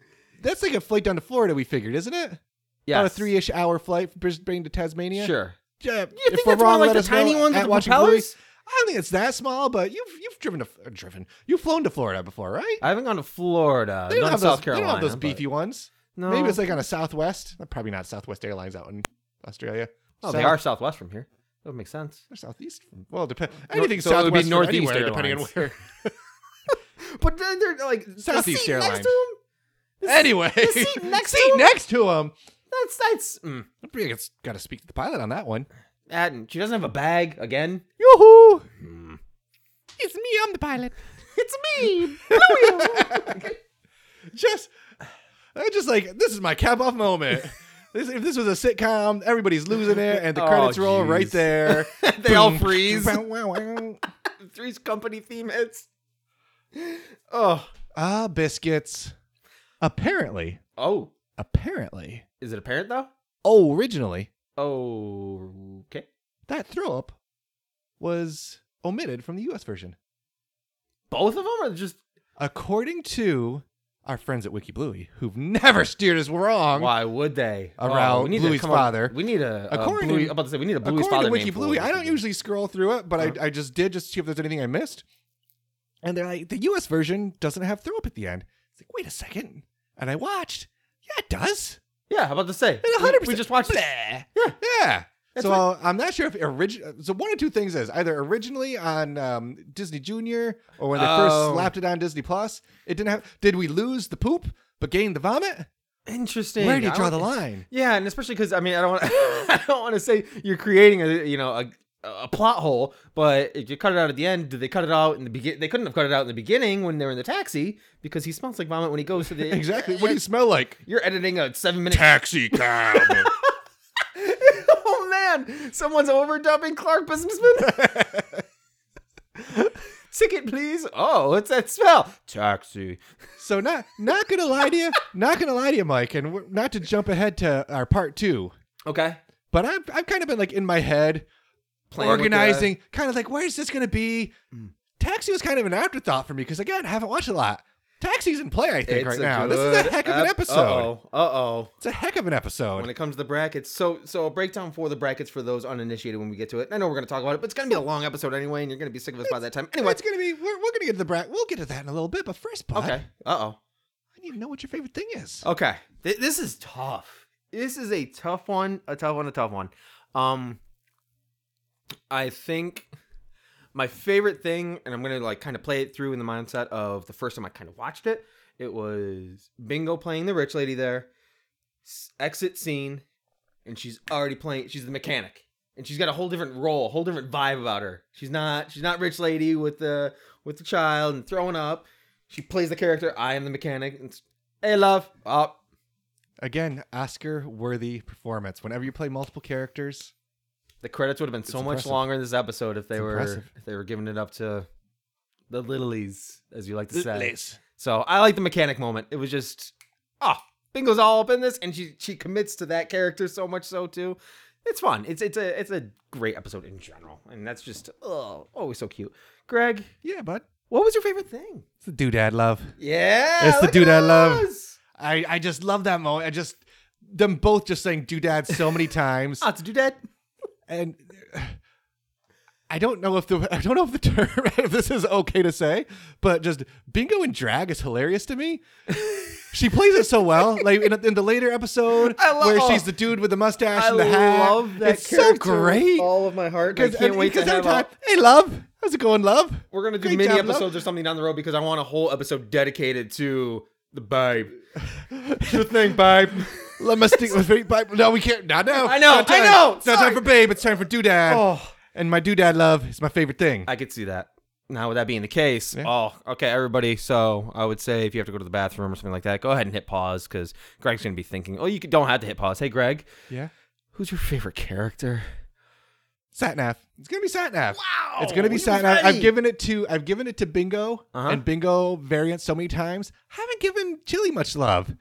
C: that's like a flight down to Florida. We figured, isn't it?
D: Yeah,
C: About a three-ish hour flight from Brisbane to Tasmania.
D: Sure.
C: Yeah,
D: You think that's more like the tiny ones with the propellers?
C: I don't think it's that small, but you've you've driven to uh, driven you've flown to Florida before, right?
D: I haven't gone to Florida.
C: they don't
D: Uh, not
C: have
D: South
C: those, They
D: Carolina.
C: don't have those
D: but-
C: beefy ones.
D: No.
C: Maybe it's like on a Southwest. Probably not Southwest Airlines out in Australia.
D: Oh, they
C: South-
D: are Southwest from here. That would make sense.
C: They're southeast. from- Well, depend. Anything
D: so it would be
C: southwest from
D: Northeast
C: anywhere, depending on
D: Airlines.
C: where.
D: But then they're like the
C: Southeast
D: seat
C: Airlines.
D: Next to him?
C: anyway,
D: the seat next to
C: seat
D: him?
C: next to him.
D: That's that's. Mm.
C: I think it's got to speak to the pilot on that one.
D: That and she doesn't have a bag again. Hmm.
C: Yoo-hoo! It's me. I'm the pilot.
D: It's me.
C: Just, I just like this is my cap off moment. This, if this was a sitcom, everybody's losing it, and the
D: Oh,
C: credits roll right
D: jeez.
C: there.
D: they all
C: Boom.
D: freeze.
C: Wow, wow, wow.
D: Three's Company theme hits. Oh,
C: Ah, biscuits. Apparently,
D: oh,
C: apparently,
D: is it apparent though?
C: oh, originally
D: Oh, okay.
C: that throw up was omitted from the U.S. version.
D: Both of them are just
C: According to our friends at WikiBluey, who've never steered us wrong,
D: Why would they? Oh,
C: Around
D: we need
C: Um, Bluey's
D: to come up-
C: father.
D: we need a.
C: According
D: According a Bluey,
C: to-
D: I'm about to say, we need a Bluey's
C: according
D: father
C: to
D: name for
C: WikiBluey,
D: it.
C: I don't usually scroll through it, but
D: Uh-huh.
C: I, I just did just to see if there's anything I missed. And they're like, the U.S. version doesn't have throw up at the end. It's like, wait a second, and I watched. Yeah, it does.
D: Yeah, I'm about to say.
C: And
D: we-
C: 100%.
D: We just watched. it.
C: Bleh. Yeah. Yeah.
D: That's
C: so I'm not sure if origi- so one of two things is either originally on um, Disney Junior or when they
D: Oh.
C: first slapped it on Disney Plus, it didn't have. Did we lose the poop but gain the vomit?
D: Interesting.
C: Where do you
D: I
C: draw the
D: don't-
C: line?
D: Yeah, and especially because I mean, I don't. Wanna, I don't want to say you're creating a you know a a plot hole, but if you cut it out at the end, did they cut it out in the begin? They couldn't have cut it out in the beginning when they're in the taxi because he smells like vomit when he goes to the
C: Exactly. What do you smell like?
D: You're editing a seven minute
A: Taxi cab.
D: oh man, someone's overdubbing Clark Businessman. Ticket, please. Oh, what's that smell? Taxi.
C: So not not gonna lie to you, not gonna lie to you, Mike, and we're, not to jump ahead to our part two,
D: Okay.
C: but I've I've kind of been like in my head
D: Playing with uh, the-
C: organizing, kind of like where's this gonna be? Taxi was kind of an afterthought for me because again, I haven't watched a lot. Taxi's in play, I think, right
D: a
C: now. This is a
D: good
C: heck of an
D: ep-
C: episode.
D: Uh oh.
C: It's a heck of an episode.
D: When it comes to the brackets, so so a breakdown for the brackets for those uninitiated when we get to it. I know we're gonna talk about it, but it's gonna be a long episode anyway, and you're gonna be sick of us by that time. Anyway.
C: it's gonna be. We're, we're gonna get to the bracket. We'll get to that in a little bit. But first, Bob,
D: Okay. Oh. Uh oh.
C: I need to know what your favorite thing is.
D: Okay. Th- this is tough. This is a tough one, a tough one, a tough one. Um I think my favorite thing and I'm going to like kind of play it through in the mindset of the first time I kind of watched it, it was Bingo playing the rich lady there. s- Exit scene and she's already playing she's the mechanic. And she's got a whole different role, a whole different vibe about her. She's not she's not rich lady with the with the child and throwing up. She plays the character I am the mechanic. And it's, hey love, up.
C: Again, Oscar-worthy performance. Whenever you play multiple characters,
D: The credits would have been so much
C: impressive.
D: longer in this episode if they
C: It's
D: were
C: impressive.
D: if they were giving it up to the littlies, as you like to say.
C: Liz.
D: So I like the mechanic moment. It was just oh, Bingo's all up in this, and she she commits to that character so much so too. It's fun. It's it's a it's a great episode in general, and that's just oh always so cute. Greg,
C: yeah, bud.
D: what was your favorite thing?
C: It's the doodad love.
D: Yeah,
C: It's the
D: look at
C: dude I love.
D: us.
C: I, I just love that moment. I just them both just saying doodad so many times,
D: Ah, to do that.
C: and I don't know if the I don't know if the term if this is okay to say, but just bingo and drag is hilarious to me. She plays it so well, like in, in the later episode
D: I lo-
C: where
D: oh.
C: she's the dude with the mustache
D: I
C: and the hat.
D: love that
C: it's so
D: character
C: great.
D: with all of my heart. I
C: Because
D: can't wait to
C: every
D: have
C: time,
D: a-
C: hey love, how's it going, love?
D: We're gonna do
C: Great
D: mini
C: job, love.
D: episodes or something down the road because I want a whole episode dedicated to the babe. Good thing, babe.
C: Let me stick with me. Bye. No, we can't. Not now.
D: I know,
C: Not time.
D: I know.
C: It's not time
D: Sorry.
C: for babe. It's time for doodad.
D: Oh,
C: And my doodad love is my favorite thing.
D: I could see that. Now, with that being the case,
C: Yeah.
D: oh, okay, everybody. So I would say if you have to go to the bathroom or something like that, go ahead and hit pause because Greg's gonna be thinking, oh, you could- don't have to hit pause. Hey, Greg,
C: yeah.
D: who's your favorite character?
C: Satnav. It's gonna be Satnav.
D: Wow,
C: It's gonna be
D: he was
C: Satnav. I've
D: ready.
C: given it to I've given it to Bingo
D: Uh-huh.
C: and Bingo variants so many times. haven't given Chili much love.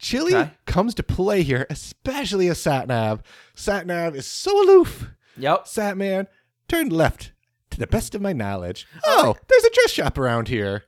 C: Chili
D: Okay.
C: comes to play here, especially as Satnav. Satnav is so aloof.
D: Yep.
C: Satman turned left. To the best of my knowledge. Oh, there's a dress shop around here.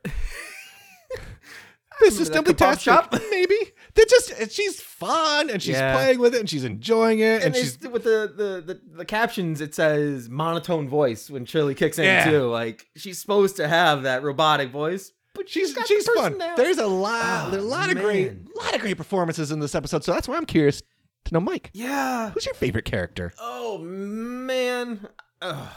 C: this is
D: Remember
C: simply
D: that kebab
C: tastic.
D: shop?
C: Maybe they're just and she's fun and she's
D: Yeah.
C: playing with it and she's enjoying it and,
D: And,
C: she's
D: it's with the, the, the, the captions, it says monotone voice when Shirley kicks in
C: Yeah.
D: too. Like she's supposed to have that robotic voice. But
C: She's
D: got the
C: she's fun.
D: personality.
C: There's a lot,
D: Ah,
C: there's a lot of great,
D: man.
C: lot of great performances in this episode. So that's why I'm curious to know, Mike,
D: yeah.
C: who's your favorite character?
D: Oh man. Ugh.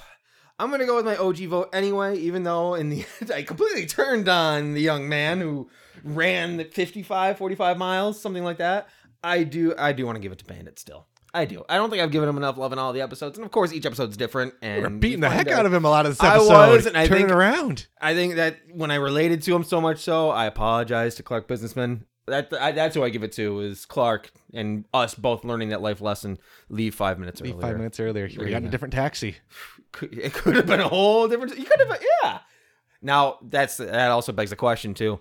D: I'm gonna go with my OG vote anyway, even though in the end I completely turned on the young man who ran the 55, 45 miles, something like that. I do I do want to give it to Bandit still. I do. I don't think I've given him enough love in all the episodes, and of course each episode's different. And
C: We're beating
D: you
C: the
D: find
C: heck
D: out-
C: out of him a lot of this
D: I
C: episode.
D: was, and I
C: Turn
D: think-
C: it around.
D: I think that when I related to him so much, so I apologize to Clark Businessman. That I, that's who I give it to is Clark and us both learning that life lesson. Leave five minutes
C: Be
D: earlier.
C: five minutes earlier, he would have gotten a
D: Yeah.
C: different taxi.
D: could, it could have been a whole different. You could have, yeah. Now that's that also begs the question too: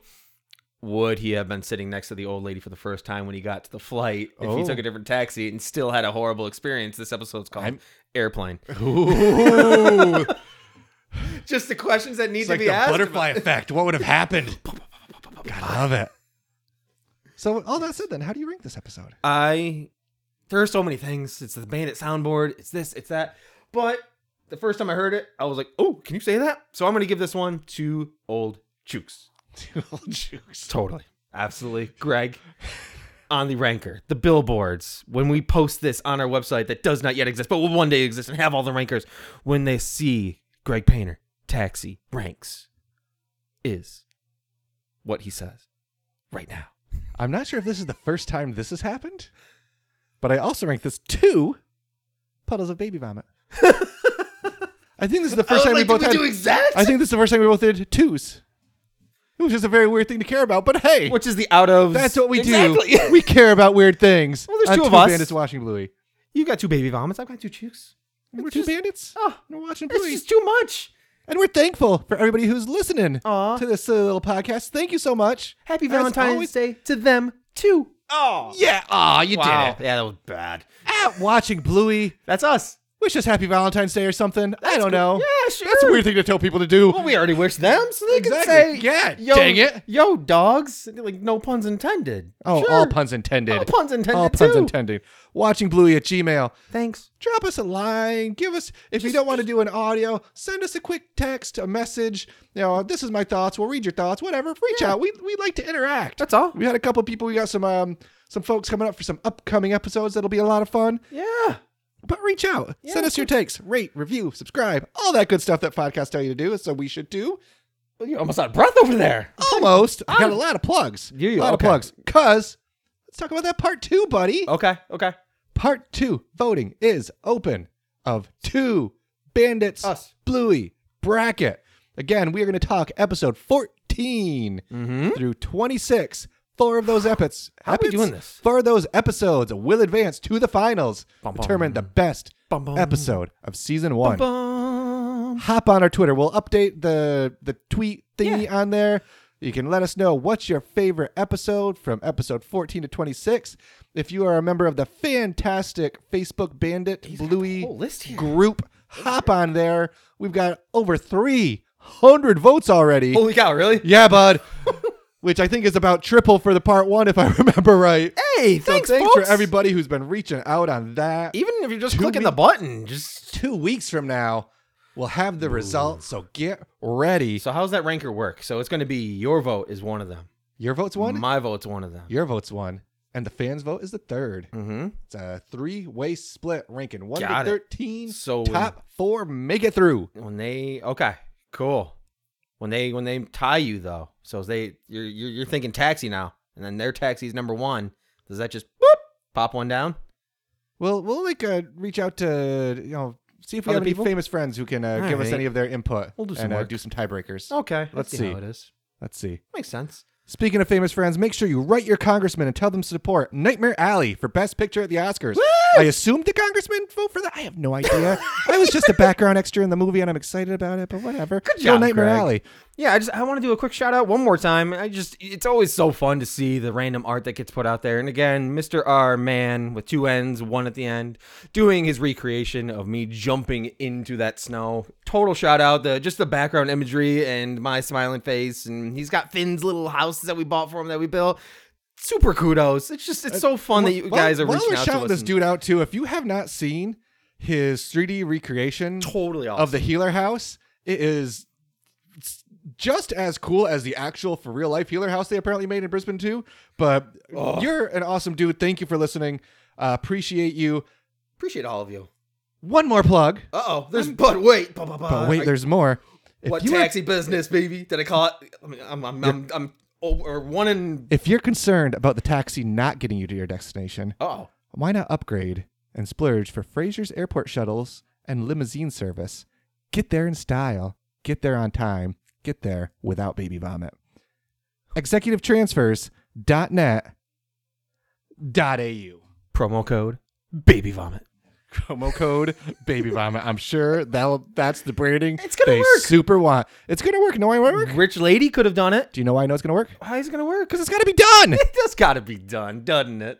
D: Would he have been sitting next to the old lady for the first time when he got to the flight if he
C: Oh.
D: took a different taxi and still had a horrible experience? This episode's called
C: I'm-
D: Airplane.
C: Ooh, it's
D: Just the questions that need to
C: like
D: be
C: the
D: asked.
C: butterfly effect. What would have happened? God, I love it. So, all that said, then, how do you rank this episode?
D: I there are so many things. It's the bandit soundboard. It's this. It's that. But the first time I heard it, I was like, "Oh, can you say that?" So I'm gonna give this one to old Chooks.
C: Jukes.
D: Totally. Absolutely. Greg, on the ranker, the billboards, when we post this on our website that does not yet exist, but will one day exist and have all the rankers, when they see Greg Painter, taxi ranks is what he says right now.
C: I'm not sure if this is the first time this has happened, but I also rank this two puddles of baby vomit. I think this is the first time we both had.
D: exact?
C: I think this is the first time we both did twos. It was just a very weird thing to care about, but hey,
D: Which is the out of.
C: that's what we
D: exactly.
C: do. We care about weird things.
D: Well, there's
C: on
D: two of us.
C: Bandits watching Bluey.
D: You've got two baby vomits. I've got two chooks.
C: We're
D: It's
C: two
D: just-
C: bandits.
D: Oh,
C: and we're watching
D: it's
C: Bluey.
D: just too much.
C: And we're thankful for everybody who's listening
D: Aw.
C: to this silly little podcast. Thank you so much.
D: Happy
C: As
D: Valentine's
C: always-
D: Day to them, too. Oh.
C: Yeah. Aw, you
D: Wow. Yeah, that was bad.
C: At watching Bluey.
D: That's us.
C: Wish us happy Valentine's Day or something. I don't know.
D: Yeah, sure.
C: That's a weird thing to tell people to do.
D: Well, we already wish them, so they
C: Exactly.
D: can say,
C: Yeah,
D: yo,
C: dang it."
D: yo, dogs." Like no puns intended.
C: oh,
D: Sure.
C: all puns intended.
D: All puns intended.
C: All puns
D: too.
C: intended. Watching Bluey at Gmail.
D: Thanks.
C: Drop us a line. Give us if you don't want to do an audio, send us a quick text, a message. You know, this is my thoughts. We'll read your thoughts. Whatever. Reach out. We we like to interact.
D: That's all.
C: We had a couple people. We got some um some folks coming up for some upcoming episodes that'll be a lot of fun.
D: Yeah.
C: But reach out,
D: Yeah,
C: send us your takes, rate, review, subscribe, all that good stuff that podcasts tell you to do. So we should do
D: Well, you're almost out of breath over there.
C: almost. I got a lot of plugs.
D: You- you-
C: a lot
D: okay.
C: of plugs. Cause let's talk about that part two, buddy.
D: Okay. Okay.
C: Part two voting is open of two bandits,
D: Us.
C: Bluey bracket. Again, we are going to talk episode 14
D: Mm-hmm.
C: through 26. Four of those episodes.
D: How are we doing this?
C: Four of those episodes will advance to the finals,
D: Bum, bum.
C: determine the best
D: Bum, bum.
C: episode of season one.
D: Bum.
C: Hop on our Twitter. We'll update the the tweet thingy on there. You can let us know what's your favorite episode from episode 14 to 26. If you are a member of the fantastic Facebook Bandit
D: He's got the
C: Bluey
D: whole list here.
C: group, hop on there. We've got over 300 votes already.
D: Holy cow! Really?
C: Yeah, bud. Which I think is about triple for the part one, if I remember right.
D: Hey,
C: So
D: thanks,
C: thanks
D: folks.
C: for everybody who's been reaching out on that.
D: Even if you're just
C: To
D: clicking
C: me-
D: the button, just.
C: Two weeks from now, we'll have the results. So get ready.
D: So how's that ranker work? So it's going to be your vote is one of them.
C: Your vote's one.
D: My vote's one of them.
C: Your vote's one. And the fans' vote is the third.
D: Mm-hmm.
C: It's a three-way split ranking one
D: Got it.
C: to thirteen.
D: So when-
C: top four make it through.
D: when they okay cool when they when they tie you though so if they you're you're, you're thinking taxi now and then their taxi's number one does that just boop pop one down
C: Well, we'll like uh, reach out to you know see if we
D: Other
C: have any
D: people?
C: famous friends who can uh,
D: All
C: give us
D: right.
C: any of their input.
D: We'll do some
C: and uh,
D: work.
C: do some tiebreakers.
D: okay
C: Let's see.
D: how it is
C: Let's see.
D: makes sense
C: Speaking of famous friends, make sure you write your congressman and tell them to support Nightmare Alley for Best Picture at the Oscars. I assume the congressman vote for that. I have no idea. I was just a background extra in the movie, and I'm excited about it. But whatever. Good
D: job,
C: Nightmare
D: Greg.
C: Alley.
D: yeah i just i want to do a quick shout out one more time i just it's always so fun to see the random art that gets put out there and again mr r man with two ends one at the end doing his recreation of me jumping into that snow total shout out the just the background imagery and my smiling face and he's got finn's little houses that we bought for him that we built super kudos it's just it's
C: Uh,
D: so fun that you
C: While-
D: guys are
C: while
D: reaching
C: we're
D: out to
C: shouting
D: us
C: this
D: and-
C: dude out too. If you have not seen his 3D recreation
D: totally awesome
C: of the Healer House, it is just as cool as the actual for real life healer house they apparently made in Brisbane too. But you're an awesome dude. Thank you for listening. Uh, appreciate you.
D: Appreciate all of you.
C: One more plug.
D: Uh oh, there's but wait, but, but,
C: But wait, there's more. If
D: what
C: you are-
D: taxi business, baby? Did I call it? I mean, I'm I'm I'm, I'm over one in.
C: if you're concerned about the taxi not getting you to your destination,
D: Oh,
C: why not upgrade and splurge for Fraser's airport shuttles and limousine service? Get there in style, get there on time, get there without baby vomit. ExecutiveTransfers.net dot au
D: promo code baby vomit.
C: promo code baby vomit i'm sure that'll that's the branding
D: It's gonna
C: they
D: work.
C: super want it's gonna work no why it won't work
D: Rich lady could have done it.
C: do you know why i know it's gonna work
D: How is it gonna work?
C: because it's gotta be done
D: That's got to be done, doesn't it?